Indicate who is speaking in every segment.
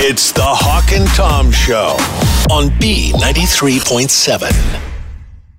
Speaker 1: It's the Hawk and Tom Show on B93.7.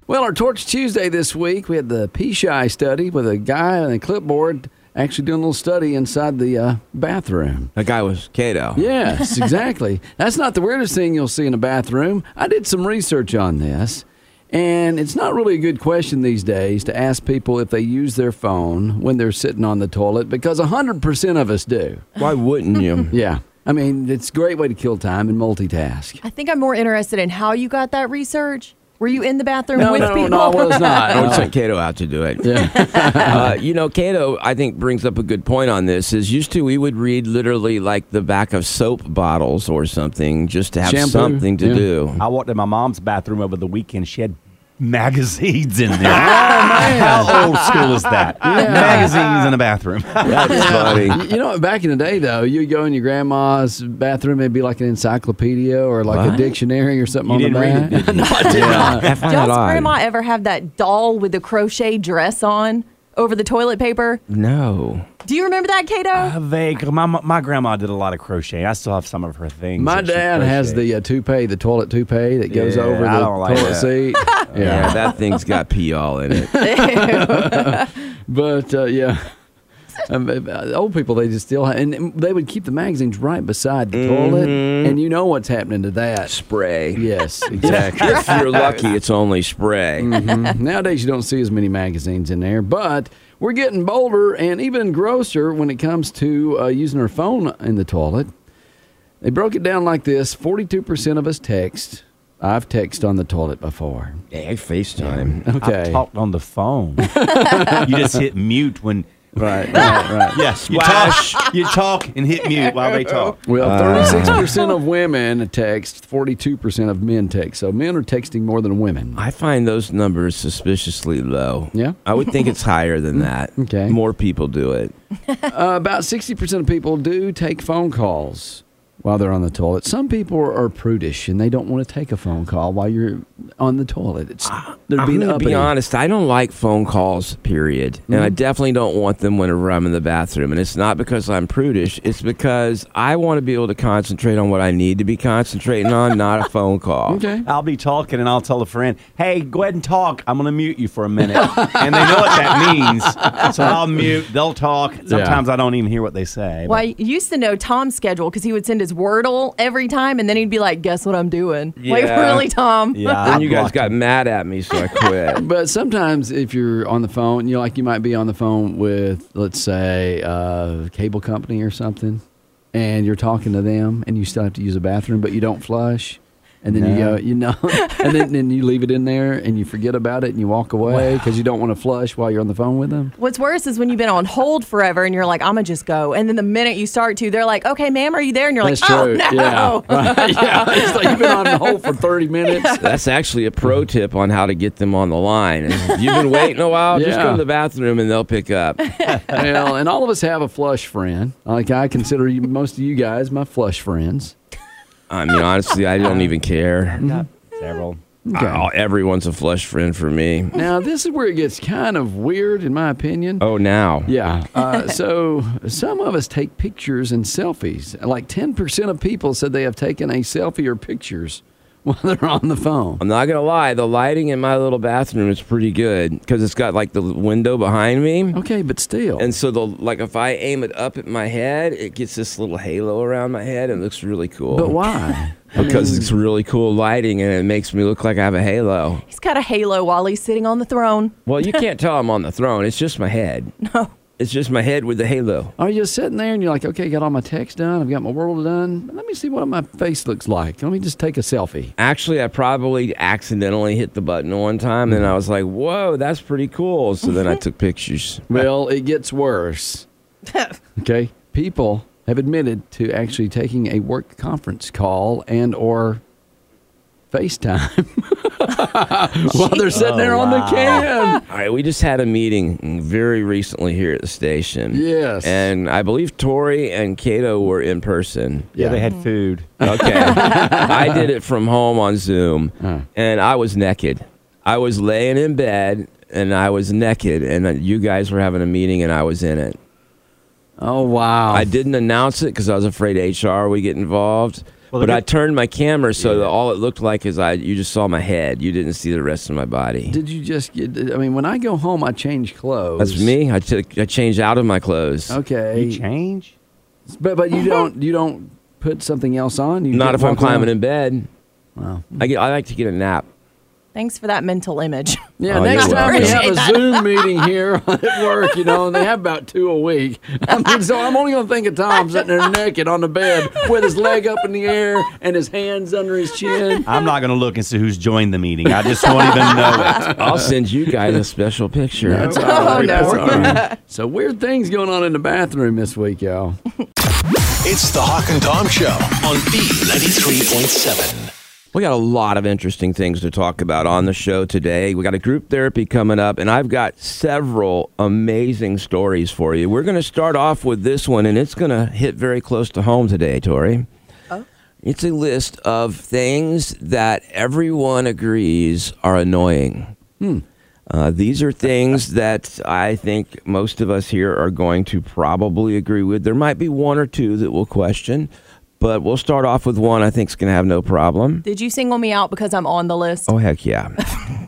Speaker 2: Well, our Torch Tuesday this week, we had the pea shy study with a guy on a clipboard actually doing a little study inside the uh, bathroom.
Speaker 3: That guy was Cato.
Speaker 2: Yes, exactly. That's not the weirdest thing you'll see in a bathroom. I did some research on this, and it's not really a good question these days to ask people if they use their phone when they're sitting on the toilet because 100% of us do.
Speaker 3: Why wouldn't you?
Speaker 2: Yeah. I mean, it's a great way to kill time and multitask.
Speaker 4: I think I'm more interested in how you got that research. Were you in the bathroom
Speaker 2: No,
Speaker 4: with
Speaker 2: no,
Speaker 4: people?
Speaker 2: no, I was not.
Speaker 3: I would send Cato out to do it. uh, you know, Cato, I think brings up a good point on this. Is used to we would read literally like the back of soap bottles or something just to have
Speaker 2: Shampoo,
Speaker 3: something to
Speaker 2: yeah.
Speaker 3: do.
Speaker 5: I walked in my mom's bathroom over the weekend. She had magazines in there. Oh, How old school is that? Magazines in a bathroom.
Speaker 3: That's funny.
Speaker 2: You know, back in the day, though, you'd go in your grandma's bathroom, it'd be like an encyclopedia or like a
Speaker 3: What?
Speaker 2: dictionary or something
Speaker 5: You didn't
Speaker 2: on the back.
Speaker 5: read it, did you?
Speaker 3: I find
Speaker 4: Does
Speaker 3: that odd.
Speaker 4: grandma ever have that doll with the crochet dress on over the toilet paper?
Speaker 3: No.
Speaker 4: Do you remember that, Kato?
Speaker 2: Uh,
Speaker 5: Vague. My, my grandma did a lot of crochet. I still have some of her things.
Speaker 2: My
Speaker 5: that she
Speaker 2: dad has
Speaker 5: crocheted.
Speaker 2: the uh, toupee, the toilet toupee that goes
Speaker 3: Yeah,
Speaker 2: over the
Speaker 5: I don't like
Speaker 2: toilet
Speaker 5: that.
Speaker 2: seat.
Speaker 3: Yeah. that thing's got pee all in it.
Speaker 2: But uh, yeah, um, uh, old people they just still and they would keep the magazines right beside the toilet, and you know what's happening to that.
Speaker 3: Mm-hmm. Spray.
Speaker 2: Yes, exactly.
Speaker 3: If you're lucky, it's only spray.
Speaker 2: Nowadays, you don't see as many magazines in there, but we're getting bolder and even grosser when it comes to uh, using our phone in the toilet. They broke it down like this 42% of us text. I've texted on the toilet before.
Speaker 3: Hey, FaceTime.
Speaker 2: Okay.
Speaker 5: I talked on the phone. you just hit mute when.
Speaker 2: Right, right, right.
Speaker 5: Yes, you talk. You talk and hit mute while they talk.
Speaker 3: Uh,
Speaker 2: Well, 36% of women text, 42% of men text. So men are texting more than women.
Speaker 3: I find those numbers suspiciously low.
Speaker 2: Yeah?
Speaker 3: I would think it's higher than that.
Speaker 2: Okay.
Speaker 3: More people do it.
Speaker 2: Uh, about 60% of people do take phone calls while they're on the toilet. Some people are prudish and they don't want to take a phone call while you're on the toilet. It's, they're
Speaker 3: I'm
Speaker 2: being
Speaker 3: gonna
Speaker 2: uppity. Mm-hmm.
Speaker 3: be honest. I don't like phone calls, period, and I definitely don't want them whenever I'm in the bathroom. And it's not because I'm prudish; it's because I want to be able to concentrate on what I need to be concentrating on, not a phone call.
Speaker 2: Okay.
Speaker 5: I'll be talking and I'll tell a friend, hey, go ahead and talk. I'm going to mute you for a minute. and they know what that means. So I'll mute. They'll talk. Sometimes I don't even hear what they say.
Speaker 4: Well, I used to know Tom's schedule because he would send his Wordle every time, and then he'd be like, "Guess what I'm doing?" Like,
Speaker 3: Yeah.
Speaker 4: really, Tom?
Speaker 5: but- yeah,
Speaker 3: Then
Speaker 5: I
Speaker 3: you guys
Speaker 5: blocked
Speaker 3: got mad at me, so I quit.
Speaker 2: But sometimes if you're on the phone, you know, like you might be on the phone with, let's say, a cable company or something, and you're talking to them, and you still have to use a bathroom, but you don't flush. And then you go, you know, and then, then you leave it in there and you forget about it and you walk away because you don't want to flush while you're on the phone with them.
Speaker 4: What's worse is when you've been on hold forever, and you're like, "I'm gonna just go," and then the minute you start to, they're like, "Okay, ma'am, are you there?" And you're
Speaker 2: That's
Speaker 4: like,
Speaker 2: true.
Speaker 4: "Oh no."
Speaker 2: Yeah. Right. yeah. It's like you've been on hold for 30 minutes.
Speaker 3: That's actually a pro tip on how to get them on the line. If you've been waiting a while, just go
Speaker 2: Yeah.
Speaker 3: to the bathroom and they'll pick up.
Speaker 2: well, and all of us have a flush friend. Like I consider you, most of you guys my flush friends.
Speaker 3: I mean, honestly, I don't even care.
Speaker 2: Mm-hmm.
Speaker 5: several.
Speaker 3: Oh, everyone's a flush friend for me.
Speaker 2: Now, this is where it gets kind of weird, in my opinion.
Speaker 3: Oh, now.
Speaker 2: Yeah. Uh, so, some of us take pictures and selfies. Like 10% of people said they have taken a selfie or pictures while they're on the phone.
Speaker 3: I'm not gonna lie, the lighting in my little bathroom is pretty good because it's got like the window behind me,
Speaker 2: Okay, but still.
Speaker 3: and so the like if I aim it up at my head, it gets this little halo around my head and it looks really cool.
Speaker 2: but why?
Speaker 3: Because it's really cool lighting and it makes me look like I have a halo.
Speaker 4: He's got a halo while he's sitting on the throne.
Speaker 3: Well, you can't tell I'm on the throne. It's just my head.
Speaker 4: No.
Speaker 3: It's just my head with the halo.
Speaker 2: Are you sitting there and you're like, okay, got all my text done, I've got my world done. Let me see what my face looks like. Let me just take a selfie.
Speaker 3: Actually, I probably accidentally hit the button one time, and I was like, "Whoa, that's pretty cool." So then I took pictures.
Speaker 2: Well, it gets worse. okay, people have admitted to actually taking a work conference call and or FaceTime while they're sitting there on the can.
Speaker 3: All right, we just had a meeting very recently here at the station.
Speaker 2: Yes.
Speaker 3: and I believe Tori and Kato were in person.
Speaker 5: Yeah, they
Speaker 2: Mm-hmm.
Speaker 5: had food.
Speaker 3: Okay. I did it from home on Zoom, and I was naked. I was laying in bed, and I was naked, and uh, you guys were having a meeting, and I was in it.
Speaker 2: Oh wow.
Speaker 3: I didn't announce it because I was afraid HR would get involved.
Speaker 5: Well,
Speaker 3: but
Speaker 5: they
Speaker 3: I
Speaker 5: get-
Speaker 3: turned my camera so that all it looked like is I you just saw my head. You didn't see the rest of my body.
Speaker 2: Did you just get? I mean, when I go home, I change clothes.
Speaker 3: That's me. I took I changed out of my clothes.
Speaker 2: Okay.
Speaker 5: You change?
Speaker 2: But but you don't you don't put something else on. You
Speaker 3: Not if
Speaker 2: just
Speaker 3: I'm
Speaker 2: walk around-
Speaker 3: climbing in bed.
Speaker 2: Wow.
Speaker 3: I get I like to get a nap.
Speaker 4: Thanks for that mental image.
Speaker 2: Yeah,
Speaker 3: Oh,
Speaker 2: next
Speaker 3: you're
Speaker 2: time we
Speaker 3: welcome.
Speaker 2: have a Zoom meeting here at work, you know, and they have about two a week. I mean, so I'm only going to think of Tom sitting there naked on the bed with his leg up in the air and his hands under his chin.
Speaker 5: I'm not going to look and see who's joined the meeting. I just won't even know it.
Speaker 3: I'll send you guys a special picture.
Speaker 2: That's all right. That's all right. Oh, So weird things going on in the bathroom this week, y'all.
Speaker 1: It's the Hawk and Tom Show on B93.7.
Speaker 3: We got a lot of interesting things to talk about on the show today. We got a group therapy coming up, and I've got several amazing stories for you. We're going to start off with this one, and it's going to hit very close to home today, Tori. It's a list of things that everyone agrees are annoying. Uh, these are things that I think most of us here are going to probably agree with. There might be one or two that we'll question, but we'll start off with one I think's going to have no problem.
Speaker 4: Did you single me out because I'm on the list?
Speaker 3: Oh, heck yeah.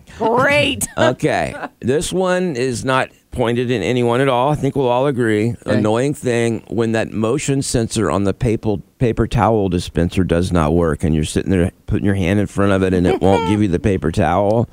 Speaker 4: Great.
Speaker 3: okay. This one is not pointed at anyone at all. I think we'll all agree. Annoying thing when that motion sensor on the paper, paper towel dispenser does not work and you're sitting there putting your hand in front of it and it won't give you the paper towel.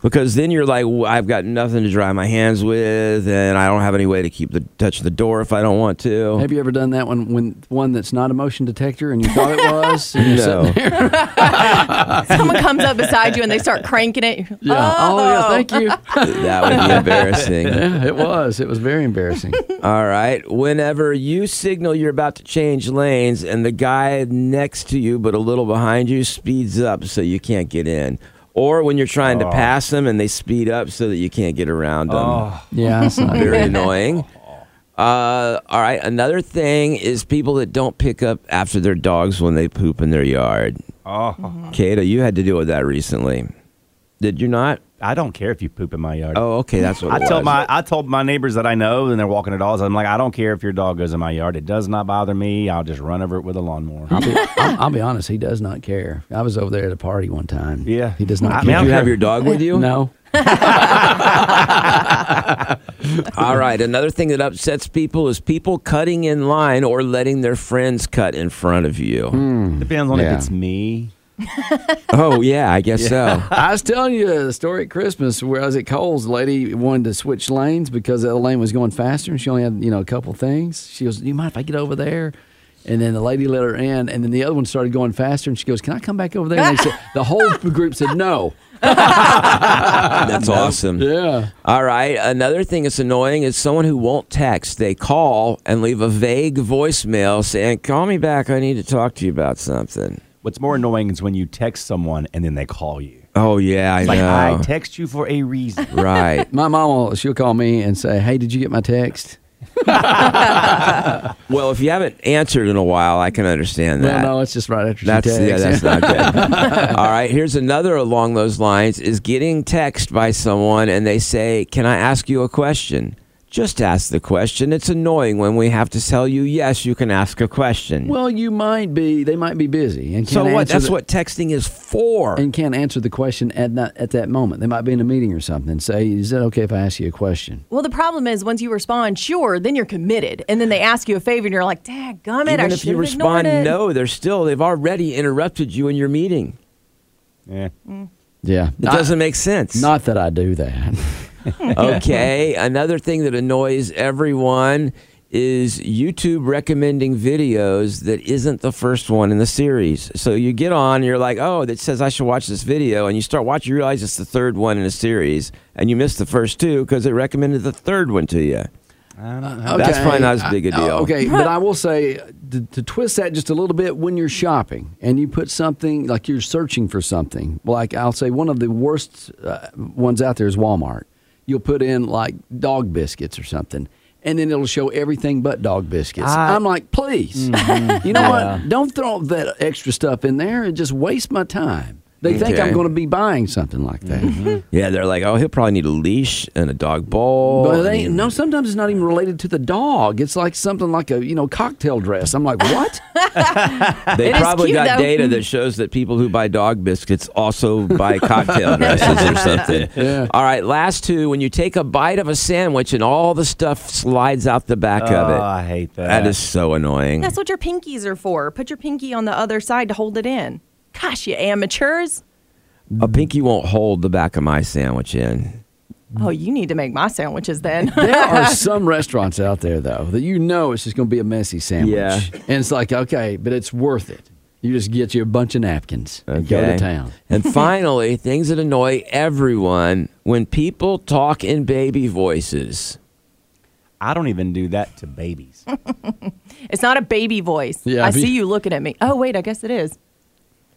Speaker 3: Because then you're like, well, I've got nothing to dry my hands with, and I don't have any way to keep the touch the door if I don't want to.
Speaker 2: Have you ever done that one when one that's not a motion detector and you thought it was? And you're
Speaker 3: No.
Speaker 2: sitting there.
Speaker 4: Someone comes up beside you and they start cranking it.
Speaker 2: Yeah. Oh, yeah. Thank you.
Speaker 3: that would be embarrassing.
Speaker 2: Yeah, it was. It was very embarrassing.
Speaker 3: All right. Whenever you signal you're about to change lanes and the guy next to you but a little behind you speeds up so you can't get in. Or when you're trying to pass them and they speed up so that you can't get around them.
Speaker 2: Yeah. It's not
Speaker 3: Very annoying. Uh, all right. Another thing is people that don't pick up after their dogs when they poop in their yard.
Speaker 5: Oh,
Speaker 3: Kato, you had to deal with that recently. Did you not?
Speaker 5: I don't care if you poop in my yard.
Speaker 3: Oh, okay. That's what
Speaker 5: I
Speaker 3: it
Speaker 5: told
Speaker 3: was.
Speaker 5: my I told my neighbors that I know, and they're walking their dogs. I'm like, I don't care if your dog goes in my yard. It does not bother me. I'll just run over it with a lawnmower.
Speaker 2: I'll be, I'll, I'll be honest. He does not care. I was over there at a party one time.
Speaker 5: Yeah.
Speaker 2: he does not.
Speaker 5: I
Speaker 2: care.
Speaker 5: mean,
Speaker 3: Did you have your dog with you?
Speaker 2: No.
Speaker 3: All right. Another thing that upsets people is people cutting in line or letting their friends cut in front of you.
Speaker 5: Hmm. Depends on
Speaker 2: Yeah.
Speaker 5: if it's me.
Speaker 3: Oh, yeah, I guess so.
Speaker 2: I was telling you the story at Christmas where I was at Cole's. Lady wanted to switch lanes because the other lane was going faster, and she only had you know a couple things. She goes, "Do you mind if I get over there?" And then the lady let her in, and then the other one started going faster, and she goes, "Can I come back over there?" And they said, the whole group said no.
Speaker 3: That's awesome.
Speaker 2: Yeah.
Speaker 3: All right. Another thing that's annoying is someone who won't text. They call and leave a vague voicemail saying, Call me back. I need to talk to you about something.
Speaker 5: What's more annoying is when you text someone and then they call you.
Speaker 3: Oh, yeah, I
Speaker 5: It's like
Speaker 3: know.
Speaker 5: I text you for a reason.
Speaker 3: right.
Speaker 2: My mom, she'll call me and say, "Hey, did you get my text?"
Speaker 3: Well, if you haven't answered in a while, I can understand
Speaker 2: No,
Speaker 3: that.
Speaker 2: no, it's just right after she
Speaker 3: That's
Speaker 2: texts.
Speaker 3: yeah, that's not good. All right, here's another along those lines: is getting text by someone and they say, "Can I ask you a question?" Just ask the question. It's annoying when we have to tell you, yes, you can ask a question.
Speaker 2: Well, you might be. They might be busy and
Speaker 3: so
Speaker 2: can't
Speaker 3: what?
Speaker 2: answer
Speaker 3: That's
Speaker 2: the-
Speaker 3: what texting is for.
Speaker 2: and can't answer the question at that at that moment. They might be in a meeting or something. Say, is it okay if I ask you a question?
Speaker 4: Well, the problem is once you respond, sure, then you're committed, and then they ask you a favor, and you're like, "Dad, gummit, I
Speaker 3: Even if
Speaker 4: should
Speaker 3: you
Speaker 4: have ignored
Speaker 3: respond
Speaker 4: it."
Speaker 3: no, they're still they've already interrupted you in your meeting.
Speaker 5: Yeah.
Speaker 2: Yeah,
Speaker 3: It doesn't make sense. Oh,
Speaker 2: Not that I do that.
Speaker 3: okay. Another thing that annoys everyone is YouTube recommending videos that isn't the first one in the series. So you get on, and you're like, oh, that says I should watch this video, and you start watching, you realize it's the third one in a series, and you missed the first two because it recommended the third one to you. Uh, That's probably not as big a
Speaker 2: Uh,
Speaker 3: deal.
Speaker 2: Okay, but I will say to, to twist that just a little bit when you're shopping and you put something like you're searching for something. Like I'll say one of the worst uh, ones out there is Walmart. You'll put in like dog biscuits or something. And then it'll show everything but dog biscuits.
Speaker 3: I-
Speaker 2: I'm like, please, you know what? Don't throw that extra stuff in there and just waste my time. They think I'm
Speaker 3: Okay.
Speaker 2: going to be buying something like that.
Speaker 3: Yeah, they're like, oh, he'll probably need a leash and a dog bowl.
Speaker 2: But
Speaker 3: Oh, I
Speaker 2: they,
Speaker 3: mean,
Speaker 2: no, sometimes it's not even related to the dog. It's like something like a you know cocktail dress. I'm like, what?
Speaker 3: They
Speaker 4: It is
Speaker 3: probably
Speaker 4: cute,
Speaker 3: got
Speaker 4: though.
Speaker 3: data that shows that people who buy dog biscuits also buy cocktail dresses or something. All right, last two. When you take a bite of a sandwich and all the stuff slides out the back of
Speaker 5: Oh,
Speaker 3: it,
Speaker 5: I hate that.
Speaker 3: that is so annoying.
Speaker 4: That's what your pinkies are for. Put your pinky on the other side to hold it in. Gosh, you amateurs!
Speaker 3: A pinky won't hold the back of my sandwich in.
Speaker 4: Oh, you need to make my sandwiches then.
Speaker 2: there are some restaurants out there though that you know it's just going to be a messy sandwich.
Speaker 3: Yeah.
Speaker 2: and it's like okay, but it's worth it. You just get you a bunch of napkins and go to
Speaker 3: Okay.
Speaker 2: town.
Speaker 3: And finally, things that annoy everyone when people talk in baby voices.
Speaker 5: I don't even do that to babies.
Speaker 4: it's not a baby voice.
Speaker 2: Yeah,
Speaker 4: I
Speaker 2: be-
Speaker 4: see you looking at me. Oh, wait, I guess it is.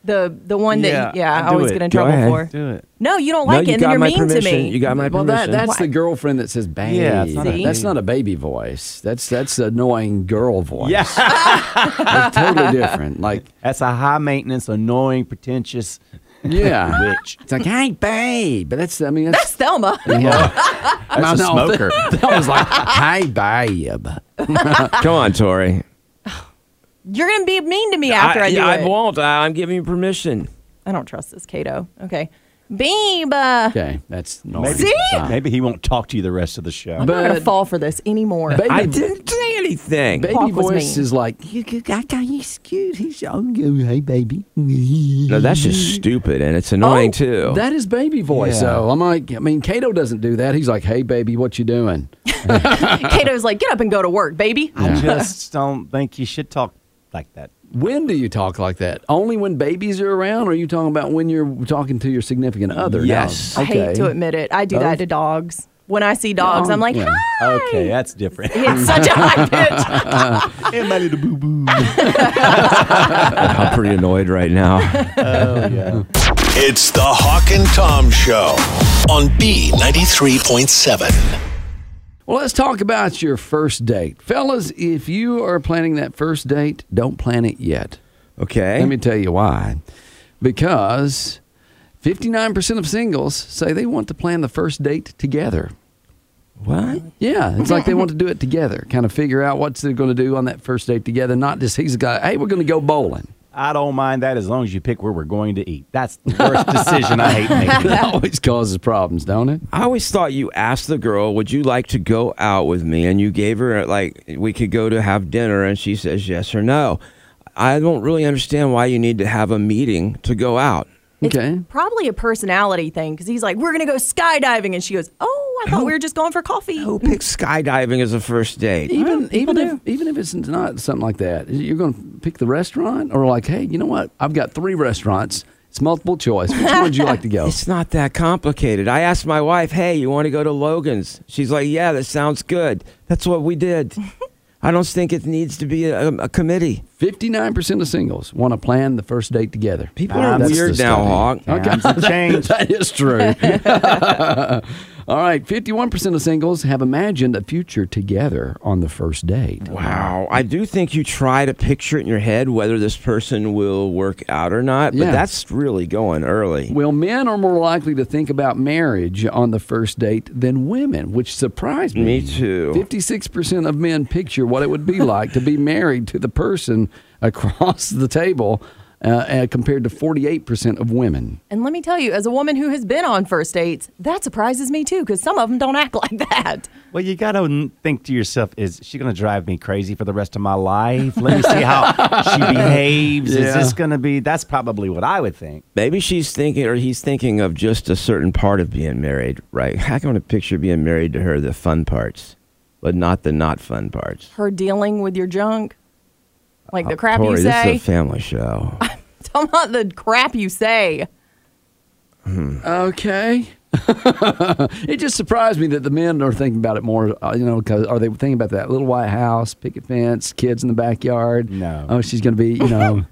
Speaker 4: The the one
Speaker 5: Yeah,
Speaker 4: that yeah, I
Speaker 5: do
Speaker 4: always
Speaker 5: it.
Speaker 4: get in
Speaker 3: Go
Speaker 4: trouble
Speaker 3: ahead.
Speaker 4: for.
Speaker 5: do it.
Speaker 4: No, you don't
Speaker 3: No,
Speaker 4: like it,
Speaker 3: you
Speaker 4: and
Speaker 3: got
Speaker 4: then you're
Speaker 3: my
Speaker 4: mean
Speaker 3: permission.
Speaker 4: to me.
Speaker 3: You got my
Speaker 2: well, that,
Speaker 3: permission.
Speaker 2: that's the girlfriend that says "babe."
Speaker 5: Yeah, it's not
Speaker 4: a
Speaker 2: that's
Speaker 4: baby.
Speaker 2: not a baby voice. That's that's annoying girl voice.
Speaker 5: Yeah.
Speaker 2: They're totally different. Like
Speaker 5: That's a high maintenance, annoying, pretentious.
Speaker 2: yeah,
Speaker 5: Witch.
Speaker 2: It's like hey, babe, but that's I mean that's
Speaker 4: That's Thelma.
Speaker 5: That's a
Speaker 2: no,
Speaker 5: smoker.
Speaker 2: I was like, "Hey, babe."
Speaker 3: Come on, Tori.
Speaker 4: You're gonna be mean to me after I,
Speaker 3: I,
Speaker 4: do
Speaker 3: I
Speaker 4: it.
Speaker 3: won't. I, I'm giving you permission.
Speaker 4: I don't trust this Kato. Okay, Beeb. uh,
Speaker 2: Okay, that's normal.
Speaker 5: Maybe, maybe he won't talk to you the rest of the show.
Speaker 4: I'm not gonna
Speaker 2: But-
Speaker 4: fall for this anymore.
Speaker 2: Baby,
Speaker 3: I didn't say anything.
Speaker 2: baby
Speaker 4: Hawk was
Speaker 2: voice
Speaker 4: mean.
Speaker 2: is like, you, you, I got you scared. He's oh, you- hey, baby. No,
Speaker 3: No, that's just stupid, and it's annoying too.
Speaker 2: Oh, That is baby voice.
Speaker 5: Yeah.
Speaker 2: though. I'm like, I mean, Cato doesn't do that. He's like, hey, baby, what you doing?
Speaker 4: Kato's like, get up and go to work, baby.
Speaker 5: I just don't think you should talk like that.
Speaker 2: When do you talk like that? Only when babies are around, or are you talking about when you're talking to your significant other? No.
Speaker 3: Yes.
Speaker 4: I hate to admit it. I do that to dogs. When I see dogs, I'm like,
Speaker 2: Um, yeah.
Speaker 4: hi.
Speaker 5: Okay, that's different.
Speaker 4: It's such a high pitch.
Speaker 5: hey, my little boo boo.
Speaker 3: I'm pretty annoyed right now.
Speaker 1: It's the Hawk and Tom Show on B93.7.
Speaker 2: Well, let's talk about your first date. Fellas, if you are planning that first date, don't plan it yet.
Speaker 3: Okay.
Speaker 2: Let me tell you why. Because 59% of singles say they want to plan the first date together.
Speaker 3: what?
Speaker 2: Yeah, it's like they want to do it together, kind of figure out what they're going to do on that first date together, not just he's a guy, hey, we're going to go bowling.
Speaker 5: I don't mind that as long as you pick where we're going to eat. That's the worst decision I hate making.
Speaker 2: That always causes problems, don't it?
Speaker 3: I always thought you asked the girl, "Would you like to go out with me?" And you gave her like we could go to have dinner, and she says yes or no. I don't really understand why you need to have a meeting to go out.
Speaker 2: Okay.
Speaker 4: Probably a personality thing because he's like, we're going to go skydiving. And she goes, oh, I thought we were just going for coffee.
Speaker 3: Who
Speaker 2: Oh,
Speaker 3: picks skydiving as a first date?
Speaker 2: Even
Speaker 4: people
Speaker 2: even if even if it's not something like that, you're going to pick the restaurant or like, hey, you know what? I've got three restaurants. It's multiple choice. Which one would you like to go?
Speaker 3: It's not that complicated. I asked my wife, "Hey, you want to go to Logan's?" She's like, "Yeah, that sounds good." That's what we did. I don't think it needs to be a, a committee.
Speaker 2: Fifty nine percent of singles want to plan the first date together.
Speaker 3: People are
Speaker 2: That's the
Speaker 3: weird now,
Speaker 2: study.
Speaker 3: Hawk.
Speaker 5: Times have changed.
Speaker 2: That is true. All right, 51% of singles have imagined a future together on the first date.
Speaker 3: Wow. I do think you try to picture it in your head whether this person will work out or not, but
Speaker 2: Yeah.
Speaker 3: that's really going early.
Speaker 2: Well, men are more likely to think about marriage on the first date than women, which surprised
Speaker 3: Me
Speaker 2: me.
Speaker 3: too.
Speaker 2: 56% of men picture what it would be like to be married to the person across the table uh, uh, compared to 48% of women.
Speaker 4: And let me tell you, as a woman who has been on first dates, that surprises me too, because some of them don't act like that.
Speaker 5: Well, you got to think to yourself: Is she going to drive me crazy for the rest of my life? Let me see how she behaves. Is
Speaker 2: Yeah.
Speaker 5: this going to be? That's probably what I would think.
Speaker 3: Maybe she's thinking or he's thinking of just a certain part of being married, right? I can only picture being married to her, the fun parts, but not the not fun parts.
Speaker 4: Her dealing with your junk, like
Speaker 2: Oh,
Speaker 4: the crap
Speaker 3: Tori,
Speaker 4: you
Speaker 3: this
Speaker 4: say.
Speaker 3: is a family show.
Speaker 4: Tell not the crap you say. Hmm.
Speaker 2: Okay. it just surprised me that the men are thinking about it more, uh, you know, because are they thinking about that little white house, picket fence, kids in the backyard?
Speaker 5: No.
Speaker 2: Oh, she's going to be, you know.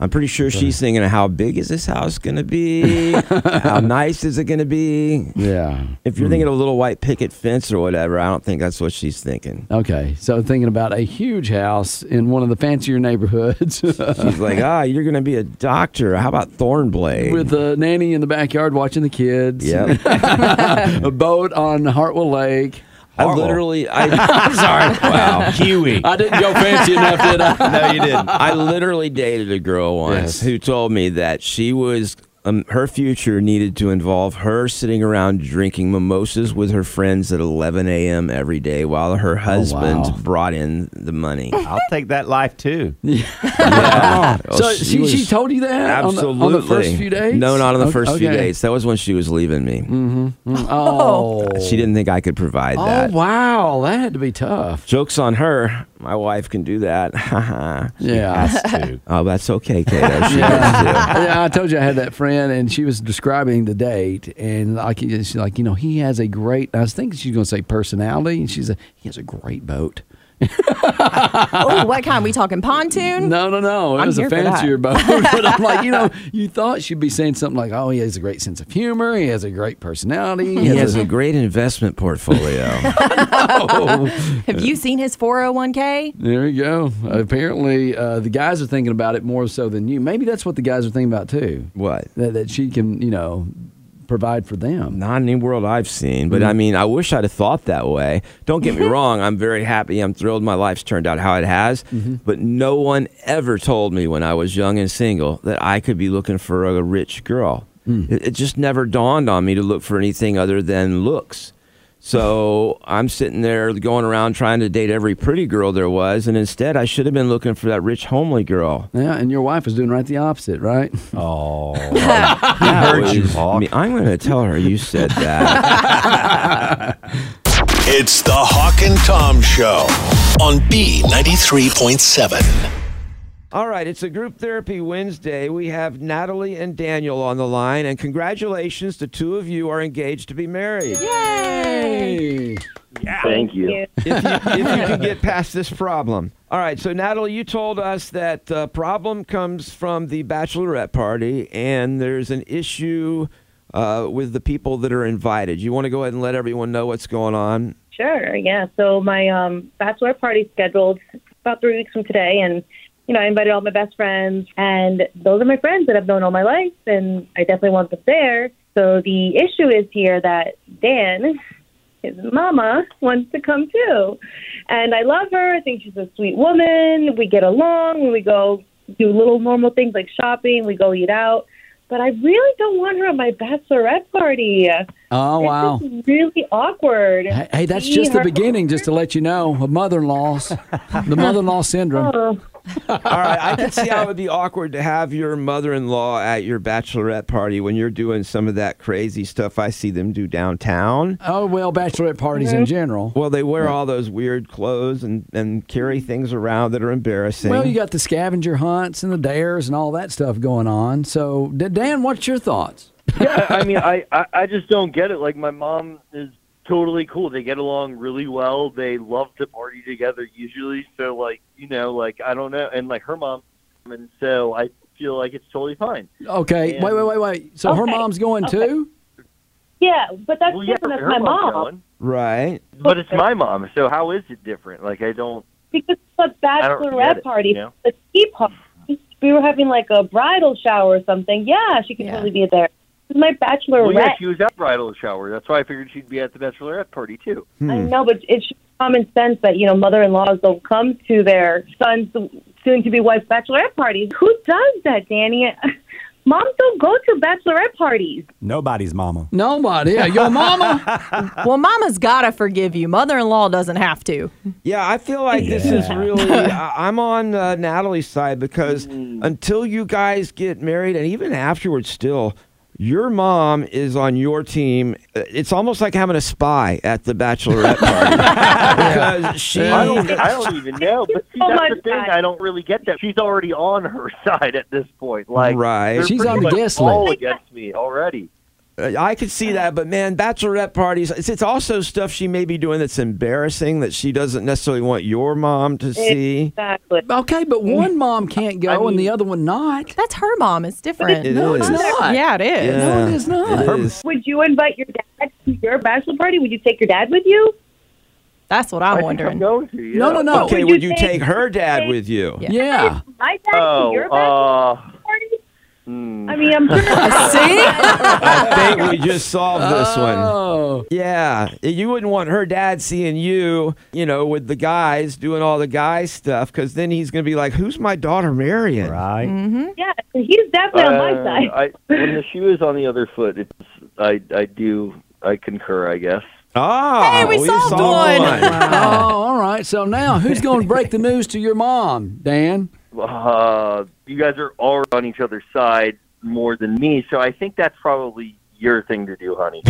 Speaker 3: I'm pretty sure she's thinking, how big is this house going to be? how nice is it going to be?
Speaker 2: yeah. Hmm.
Speaker 3: If you're thinking of a little white picket fence or whatever, I don't think that's what she's thinking.
Speaker 2: Okay, so thinking about a huge house in one of the fancier neighborhoods
Speaker 3: She's like, ah, you're going to be a doctor. How about Thornblade?
Speaker 2: with a nanny in the backyard watching the kids,
Speaker 3: yeah,
Speaker 2: a boat on Hartwell Lake.
Speaker 3: I literally, I, I'm sorry. Wow.
Speaker 5: Kiwi.
Speaker 2: I didn't go fancy enough, did I?
Speaker 5: no, you didn't.
Speaker 3: I literally dated a girl once
Speaker 2: Yes.
Speaker 3: who told me that she was um, her future needed to involve her sitting around drinking mimosas with her friends at 11 a.m. every day while her husband
Speaker 2: Oh, wow.
Speaker 3: brought in the money.
Speaker 5: I'll take that life too.
Speaker 3: Yeah. Oh,
Speaker 2: So she, she,
Speaker 3: was-
Speaker 2: told you that on the-
Speaker 3: Absolutely.
Speaker 2: on the, first few days?
Speaker 3: No, not on the
Speaker 2: Okay-
Speaker 3: first few
Speaker 2: okay. Mm-hmm.
Speaker 3: dates. That was when she was leaving me.
Speaker 2: Oh,
Speaker 3: She didn't think I could provide
Speaker 2: oh
Speaker 3: that.
Speaker 2: wow, that had to be tough.
Speaker 3: Joke's on her. My wife can do that.
Speaker 2: Yeah.
Speaker 3: oh, that's okay, Kato. She does too.
Speaker 2: yeah, I told you I had that friend, and she was describing the date, and like she's like, you know, he has a great. I was thinking she's going to say personality, and she's a he has a great boat.
Speaker 4: Oh, what kind? We talking pontoon?
Speaker 2: No, no, no. Oh, It
Speaker 4: I'm
Speaker 2: was a
Speaker 4: here for that.
Speaker 2: fancier boat. but I'm like, you know, you thought she'd be saying something like, oh, he has a great sense of humor. He has a great personality.
Speaker 3: He has a great investment portfolio.
Speaker 4: Have you seen his 401k?
Speaker 2: There you go. Apparently, uh, the guys are thinking about it more so than you. Maybe that's what the guys are thinking about too.
Speaker 3: what?
Speaker 2: That, that she can, you know, provide for them.
Speaker 3: Not in any world I've seen, but
Speaker 2: Mm-hmm.
Speaker 3: I mean, I wish I'd have thought that way. Don't get me wrong, I'm very happy. I'm thrilled my life's turned out how it has,
Speaker 2: Mm-hmm.
Speaker 3: but no one ever told me when I was young and single that I could be looking for a rich girl.
Speaker 2: Mm.
Speaker 3: It, it just never dawned on me to look for anything other than looks. So I'm sitting there going around trying to date every pretty girl there was, and instead I should have been looking for that rich, homely girl.
Speaker 2: Yeah, and your wife is doing right the opposite, right?
Speaker 5: Oh, I heard you,
Speaker 3: Was-
Speaker 5: Hawk.
Speaker 3: I mean, I'm going to tell her you said that.
Speaker 1: It's the Hawk and Tom Show on B93.7.
Speaker 3: All right, it's a group therapy Wednesday. We have Natalie and Daniel on the line, and congratulations, the two of you are engaged to be married.
Speaker 2: Hey.
Speaker 6: Thank you.
Speaker 3: If, you, if you can get past this problem. All right, so Natalie, you told us that the problem comes from the bachelorette party, and there's an issue uh, with the people that are invited. You want to go ahead and let everyone know what's going on?
Speaker 6: Sure. Yeah. So my um, bachelor party scheduled about three weeks from today, and you know I invited all my best friends, and those are my friends that I've known all my life, and I definitely want them there. So the issue is here that Dan, his mama, wants to come too, and I love her. I think she's a sweet woman. We get along. We go do little normal things like shopping. We go eat out. But I really don't want her at my bachelorette party.
Speaker 2: Oh, wow.
Speaker 6: It's just really awkward.
Speaker 2: Hey, hey, that's
Speaker 6: See
Speaker 2: just the
Speaker 6: her-
Speaker 2: beginning, just to let you know. A mother in law's, the mother in law syndrome.
Speaker 6: Oh,
Speaker 3: All right, I can see how it would be awkward to have your mother-in-law at your bachelorette party when you're doing some of that crazy stuff I see them do downtown.
Speaker 2: Oh, well, bachelorette parties in general.
Speaker 3: Well, they wear all those weird clothes and, and carry things around that are embarrassing.
Speaker 2: Well, you got the scavenger hunts and the dares and all that stuff going on. So, D- Dan, what's your thoughts?
Speaker 6: yeah.
Speaker 7: I mean, I, I I just don't get it. Like my mom is totally cool. They get along really well. They love to party together usually. So like you know, like I don't know, and like her mom, and so I feel like it's totally fine.
Speaker 2: Okay,
Speaker 7: Yeah.
Speaker 2: wait, wait, wait, wait. So her
Speaker 6: Okay,
Speaker 2: mom's going
Speaker 6: okay.
Speaker 2: too?
Speaker 6: Yeah, but that's
Speaker 7: Well, yeah,
Speaker 6: different.
Speaker 7: her
Speaker 6: That's my
Speaker 7: mom's
Speaker 6: mom.
Speaker 7: going.
Speaker 3: Right.
Speaker 7: But it's my mom, so how is it different? Like I don't.
Speaker 6: because it's a
Speaker 7: I don't get
Speaker 6: bachelorette
Speaker 7: it,
Speaker 6: party,
Speaker 7: you know?
Speaker 6: a tea party. We were having like a bridal shower or something. Yeah, she could
Speaker 4: Yeah.
Speaker 6: totally be there. This is my bachelorette.
Speaker 7: Well, yeah, she was at bridal shower. That's why I figured she'd be at the bachelorette party too.
Speaker 6: I know, but it's common sense that you know mother-in-laws don't come to their son's soon-to-be wife's bachelorette parties. Who does that, Danny? Moms don't go to bachelorette parties.
Speaker 5: Nobody's mama.
Speaker 2: Nobody. Yeah, your mama.
Speaker 4: Well, mama's got to forgive you. Mother in law doesn't have to.
Speaker 3: Yeah, I feel like this is really. I, I'm on uh, Natalie's side because
Speaker 2: Mm.
Speaker 3: until you guys get married, and even afterwards, still, your mom is on your team. Uh, It's almost like having a spy at the bachelorette party because she.
Speaker 7: I don't. I don't even know. But see,
Speaker 6: Oh my
Speaker 7: that's the thing.
Speaker 6: God.
Speaker 7: I don't really get that. She's already on her side at this point. Like
Speaker 3: Right.
Speaker 7: they're
Speaker 2: She's
Speaker 7: pretty
Speaker 2: on the
Speaker 7: much
Speaker 2: guest
Speaker 7: all
Speaker 2: list.
Speaker 7: against me already.
Speaker 3: Uh, I could see that, but man, bachelorette parties, it's, it's also stuff she may be doing that's embarrassing that she doesn't necessarily want your mom to see.
Speaker 6: Exactly. Mm.
Speaker 2: Okay, but one mom can't go and the other one not.
Speaker 4: That's her mom. It's different.
Speaker 3: It
Speaker 2: No,
Speaker 3: is.
Speaker 2: it's not.
Speaker 4: Yeah, it is.
Speaker 3: Yeah.
Speaker 2: No, it is not.
Speaker 3: It is.
Speaker 6: Would you invite your dad to your bachelor party? Would you take your dad with you?
Speaker 4: That's what I'm
Speaker 7: I think
Speaker 4: wondering.
Speaker 7: I'm going to. Yeah.
Speaker 2: No, no, no.
Speaker 3: Okay,
Speaker 6: Would
Speaker 3: would
Speaker 6: you
Speaker 3: you
Speaker 6: take-
Speaker 3: take her dad with you?
Speaker 4: Yeah.
Speaker 2: Yeah.
Speaker 6: My dad to your
Speaker 7: Oh,
Speaker 6: bachelor
Speaker 7: uh,
Speaker 6: party? I mean, I'm sure.
Speaker 4: See?
Speaker 3: I think we just solved this one.
Speaker 2: Oh.
Speaker 3: Yeah, you wouldn't want her dad seeing you, you know, with the guys doing all the guy stuff, because then he's going to be like, "Who's my daughter marrying?"
Speaker 5: Right.
Speaker 4: Mm-hmm.
Speaker 6: yeah, he's definitely on my
Speaker 7: Uh,
Speaker 6: side.
Speaker 7: I, when the shoe is on the other foot, it's, I I do I concur. I guess.
Speaker 3: Oh,
Speaker 4: Hey, we solved one.
Speaker 2: Oh, all right. So now who's going to break the news to your mom, Dan?
Speaker 7: Uh, you guys are all on each other's side more than me, so I think that's probably your thing to do, honey.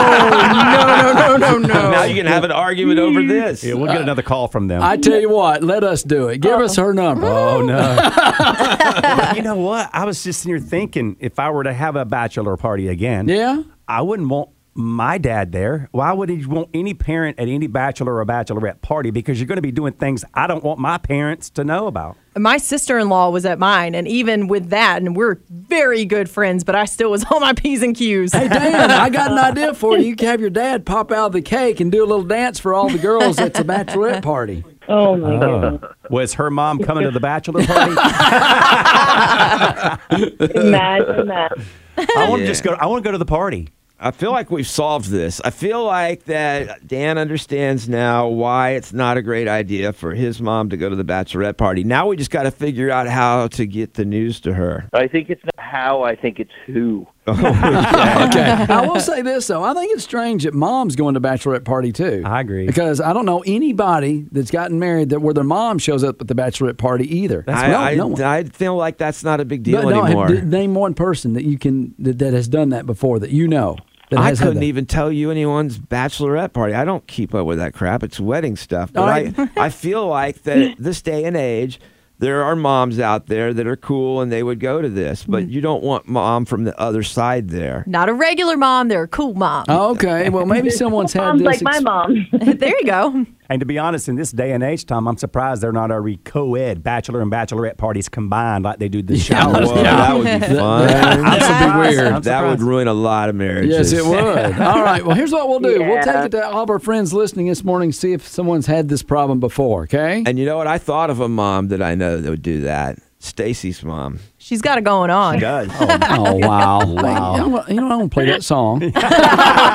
Speaker 3: no, no, no, no, no. now you can have an argument
Speaker 7: Mm.
Speaker 3: over this.
Speaker 5: Yeah, we'll get another call from them.
Speaker 2: I tell you what, let us do it. Give us her number.
Speaker 5: oh no. you know what? I was just sitting here thinking if I were to have a bachelor party again,
Speaker 2: Yeah.
Speaker 5: I wouldn't want my dad there. Why would he want any parent at any bachelor or bachelorette party? Because you're going to be doing things I don't want my parents to know about.
Speaker 4: My sister in law was at mine, and even with that, and we're very good friends, but I still was on my P's and Q's.
Speaker 2: Hey, Dan, I got an idea for you. You can have your dad pop out of the cake and do a little dance for all the girls at the bachelorette party.
Speaker 6: oh my god.
Speaker 5: Was her mom coming to the bachelor party? I
Speaker 6: Imagine that.
Speaker 5: want to just go. I want to go to the party.
Speaker 3: I feel like we've solved this. I feel like that Dan understands now why it's not a great idea for his mom to go to the bachelorette party. Now we just got to figure out how to get the news to her. Oh,
Speaker 7: I think it's not how. I think it's who.
Speaker 2: okay. I will say this though. I think it's strange that mom's going to bachelorette party too.
Speaker 5: I agree.
Speaker 2: Because I don't know anybody that's gotten married that where their mom shows up at the bachelorette party either.
Speaker 3: I,
Speaker 2: no,
Speaker 3: I,
Speaker 2: no one.
Speaker 3: I feel like that's not a big deal
Speaker 2: But no,
Speaker 3: anymore.
Speaker 2: d- name one person that you can that, that has done that before that you know. That
Speaker 3: I
Speaker 2: has had
Speaker 3: couldn't
Speaker 2: that.
Speaker 3: even tell you anyone's bachelorette party. I don't keep up with that crap. It's wedding stuff. But
Speaker 2: All
Speaker 3: I, I feel like that this day and age, there are moms out there that are cool and they would go to this, but
Speaker 2: Mm.
Speaker 3: you don't want mom from the other side there.
Speaker 4: Not a regular mom, they're a cool mom.
Speaker 2: Oh, Okay, well maybe someone's had
Speaker 6: Mom's
Speaker 2: this.
Speaker 6: like my
Speaker 2: ex-
Speaker 6: mom.
Speaker 4: there you go.
Speaker 5: And to be honest, in this day and age, Tom, I'm surprised they're not already co-ed bachelor and bachelorette parties combined like they do the shower.
Speaker 3: Well, that would be fun.
Speaker 5: That would be weird. I'm
Speaker 3: That would
Speaker 5: surprised.
Speaker 3: ruin a lot of marriages.
Speaker 2: Yes, it would. All right. Well, here's what we'll do. We'll
Speaker 6: Yeah.
Speaker 2: take it to all of our friends listening this morning, see if someone's had this problem before. Okay.
Speaker 3: And you know what? I thought of a mom that I know that would do that. Stacy's mom.
Speaker 4: She's got it going on.
Speaker 5: does.
Speaker 2: Oh wow! wow! You know I don't play that song. All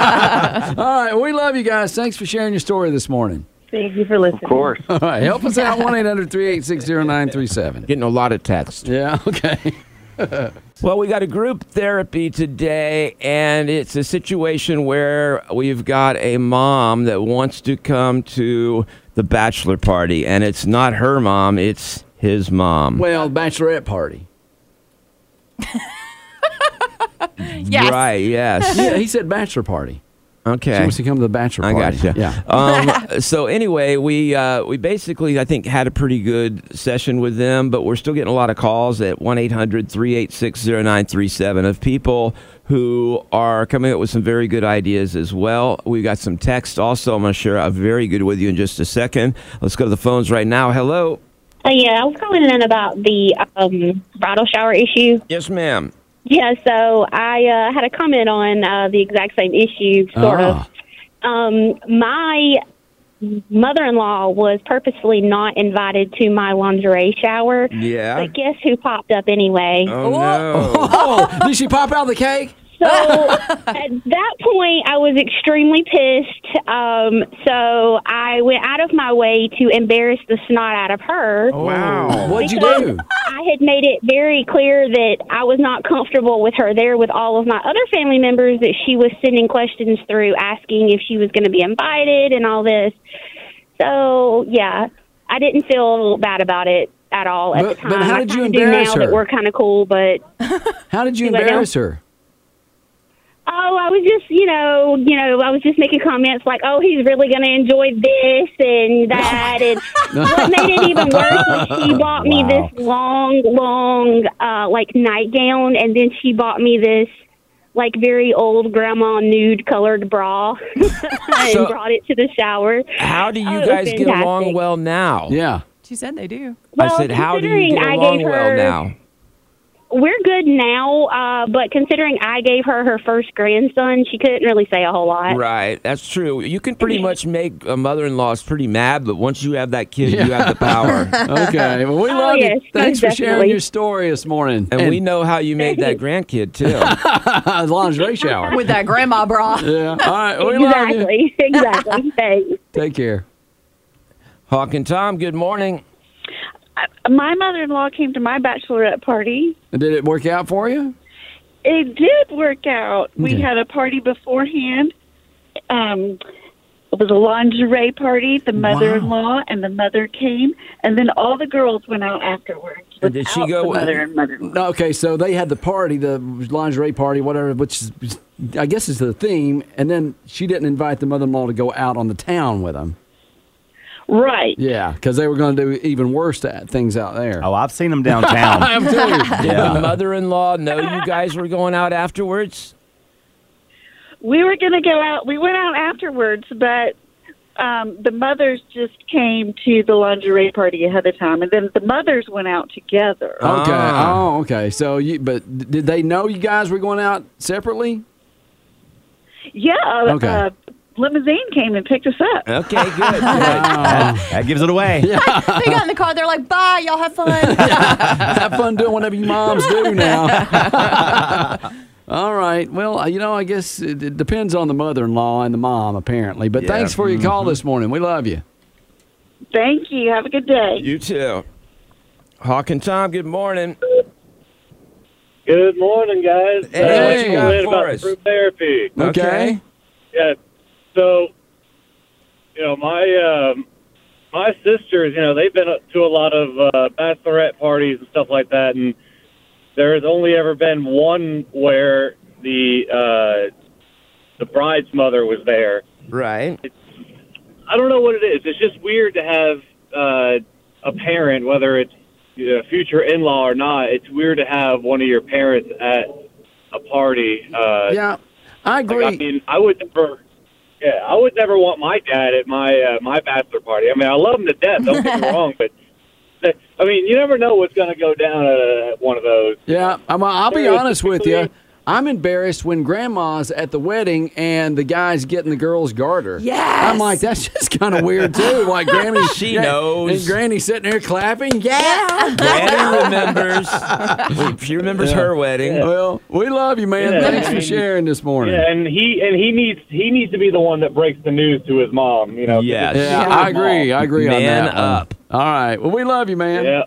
Speaker 2: right, we love you guys. Thanks for sharing your story this morning.
Speaker 6: Thank you for listening.
Speaker 7: Of course.
Speaker 2: All right, help us out one 800
Speaker 3: Getting a lot of texts.
Speaker 2: Yeah, okay.
Speaker 3: Well, we got a group therapy today, and it's a situation where we've got a mom that wants to come to the bachelor party, and it's not her mom, it's his mom.
Speaker 2: Well, bachelorette party.
Speaker 4: Yes.
Speaker 3: Right, yes.
Speaker 2: Yeah, he said bachelor party. He
Speaker 3: Okay.
Speaker 2: wants to come to the bachelor
Speaker 3: I
Speaker 2: party.
Speaker 3: got you.
Speaker 2: Yeah.
Speaker 3: Um, so anyway, we uh, we basically I think had a pretty good session with them, but we're still getting a lot of calls at 1-800-386-0937 of people who are coming up with some very good ideas as well. We got some text also. I'm going to share a very good with you in just a second. Let's go to the phones right now. Hello.
Speaker 8: Oh, Uh, yeah, I was calling in about the um, bridal shower issue.
Speaker 3: Yes, ma'am.
Speaker 8: Yeah, so I uh, had a comment on uh, the exact same issue, sort of.
Speaker 2: Ah.
Speaker 8: Um, my mother-in-law was purposely not invited to my lingerie shower.
Speaker 3: Yeah.
Speaker 8: But guess who popped up anyway?
Speaker 3: Oh, no.
Speaker 2: Oh, did she pop out the cake?
Speaker 8: So at that point, I was extremely pissed. Um, so I went out of my way to embarrass the snot out of her.
Speaker 3: Wow.
Speaker 2: What'd you
Speaker 8: Because
Speaker 2: do?
Speaker 8: I had made it very clear that I was not comfortable with her there with all of my other family members that she was sending questions through asking if she was going to be invited and all this. So, yeah, I didn't feel bad about it at all at
Speaker 2: But-
Speaker 8: the
Speaker 2: but
Speaker 8: time.
Speaker 2: how
Speaker 8: I
Speaker 2: did you
Speaker 8: kinda do
Speaker 2: embarrass
Speaker 8: now
Speaker 2: her?
Speaker 8: That we're kind of cool, but
Speaker 2: How did you
Speaker 8: She went down.
Speaker 2: embarrass her?
Speaker 8: oh, I was just, you know, you know, I was just making comments like, "Oh, he's really going to enjoy this and that." and what made it even worse was she bought me
Speaker 2: Wow.
Speaker 8: this long, long, uh, like nightgown, and then she bought me this. Like very old grandma nude colored bra, and
Speaker 3: So-
Speaker 8: brought it to the shower.
Speaker 3: How do you
Speaker 8: Oh, it was
Speaker 3: guys get along
Speaker 8: fantastic.
Speaker 3: well now?
Speaker 2: Yeah.
Speaker 4: She said they do.
Speaker 8: Well,
Speaker 3: I said, how do
Speaker 8: considering
Speaker 3: you get
Speaker 8: I
Speaker 3: along
Speaker 8: gave
Speaker 3: well
Speaker 8: her-
Speaker 3: now?
Speaker 8: We're good now, uh, but considering I gave her her first grandson, she couldn't really say a whole lot.
Speaker 3: Right, that's true. You can pretty much make a mother-in-law's pretty mad, but once you have that kid, you have the power.
Speaker 2: Okay. Well, we
Speaker 8: Oh,
Speaker 2: love
Speaker 8: yes,
Speaker 2: you. Thanks for sharing
Speaker 8: definitely.
Speaker 2: your story this morning.
Speaker 3: And, we know how you made that grandkid too.
Speaker 2: uh, lingerie shower.
Speaker 4: With that grandma bra.
Speaker 2: yeah. All right. We love you.
Speaker 8: exactly, exactly. Thanks.
Speaker 2: Take care.
Speaker 3: Hawk and Tom, good morning.
Speaker 9: My mother in law came to my bachelorette party.
Speaker 2: Did it work out for you?
Speaker 9: It did work out. We
Speaker 2: Okay.
Speaker 9: had a party beforehand. Um, it was a lingerie party. The mother in law and the mother came, and then all the girls went out afterwards.
Speaker 3: And did she
Speaker 9: without
Speaker 8: Oh.
Speaker 3: go-
Speaker 9: The mother and mother in law.
Speaker 2: No, okay, so they had the party, the lingerie party, whatever, which is, I guess is the theme. And then she didn't invite the mother-in-law to go out on the town with them.
Speaker 9: Right.
Speaker 2: Yeah, because they were going to do even worse to, things out there.
Speaker 10: Oh, I've seen them downtown.
Speaker 2: I'm telling you.
Speaker 3: Did the mother-in-law know you guys were going out afterwards?
Speaker 9: We were going to go out. We went out afterwards, but um, the mothers just came to the lingerie party ahead of time, and then the mothers went out together.
Speaker 2: Okay.
Speaker 3: Ah.
Speaker 2: Oh, okay. So you, but d- did they know you guys were going out separately?
Speaker 9: Yeah. uh,
Speaker 2: Okay.
Speaker 9: Uh, Limousine came and picked us up.
Speaker 3: Okay, good. good.
Speaker 10: that, that gives it away.
Speaker 4: They got in the car. They're like, bye, y'all have fun.
Speaker 2: Have fun doing whatever you moms do now. All right. Well, uh, you know, I guess it, it depends on the mother-in-law and the mom, apparently. But
Speaker 3: Yeah.
Speaker 2: thanks for your
Speaker 10: Mm-hmm.
Speaker 2: call this morning. We love you.
Speaker 9: Thank you. Have a good day.
Speaker 3: You too. Hawk and Tom, good morning.
Speaker 11: Good morning, guys.
Speaker 3: Hey,
Speaker 11: Uh,
Speaker 2: what you got
Speaker 11: complain
Speaker 3: for
Speaker 11: about
Speaker 3: us?
Speaker 11: group therapy.
Speaker 2: Okay.
Speaker 11: Yeah. So, you know, my um, my sisters, you know, they've been to a lot of uh, bachelorette parties and stuff like that, and there's only ever been one where the uh, the bride's mother was there.
Speaker 3: Right.
Speaker 11: I don't know what it is. It's just weird to have uh, a parent, whether it's you know, a future in-law or not. It's weird to have one of your parents at a party. Uh,
Speaker 2: Yeah, I agree.
Speaker 11: like, I mean, I would never. Yeah, I would never want my dad at my uh, my bachelor party. I mean, I love him to death. Don't get me wrong, but I mean, you never know what's going to go down at uh, one of those.
Speaker 2: Yeah, I'm, I'll be honest with you. I'm embarrassed when grandma's at the wedding and the guy's getting the girl's garter.
Speaker 4: Yes.
Speaker 2: I'm like, that's just kind of weird too. Like Granny,
Speaker 3: She
Speaker 2: yeah,
Speaker 3: knows.
Speaker 2: and Granny sitting there clapping. Yeah.
Speaker 3: Granny remembers. She remembers her wedding.
Speaker 2: Well, we love you, man.
Speaker 11: Yeah,
Speaker 2: Thanks
Speaker 11: I
Speaker 2: for
Speaker 11: mean,
Speaker 2: sharing this morning.
Speaker 11: Yeah, and he and he needs he needs to be the one that breaks the news to his mom. You know. 'cause
Speaker 3: Yes.
Speaker 11: it's-
Speaker 2: Yeah,
Speaker 3: Yeah.
Speaker 2: I agree. I agree on
Speaker 3: Man
Speaker 2: that. one.
Speaker 3: up.
Speaker 2: All right. Well, we love you, man.
Speaker 11: Yeah.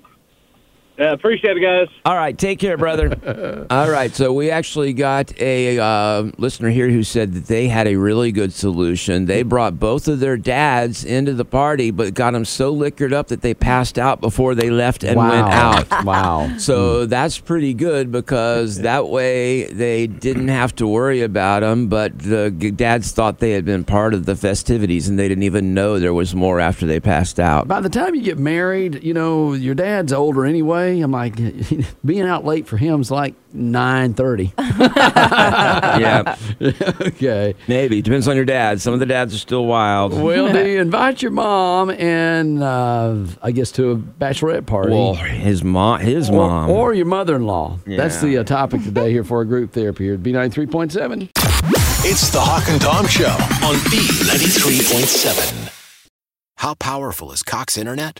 Speaker 11: Yeah. Appreciate it, guys.
Speaker 3: All right, take care, brother. All right, so we actually got a uh, listener here who said that they had a really good solution. They brought both of their dads into the party, but got them so liquored up that they passed out before they left and
Speaker 2: wow.
Speaker 3: went out.
Speaker 2: Wow.
Speaker 3: So that's pretty good because that way they didn't have to worry about them, but the g- dads thought they had been part of the festivities and they didn't even know there was more after they passed out.
Speaker 2: By the time you get married, you know, your dad's older anyway. way. I'm like, being out late for him is like nine thirty.
Speaker 3: yeah.
Speaker 2: okay.
Speaker 3: Maybe. Depends on your dad. Some of the dads are still wild.
Speaker 2: well, do you invite your mom and uh, I guess to a bachelorette party?
Speaker 3: Well, his mom, his
Speaker 2: or,
Speaker 3: mom.
Speaker 2: or your mother-in-law. That's
Speaker 3: Yeah.
Speaker 2: the uh, topic today here for our group therapy here at B ninety three point seven.
Speaker 1: It's the Hawk and Tom Show on B93.7.
Speaker 12: How powerful is Cox Internet?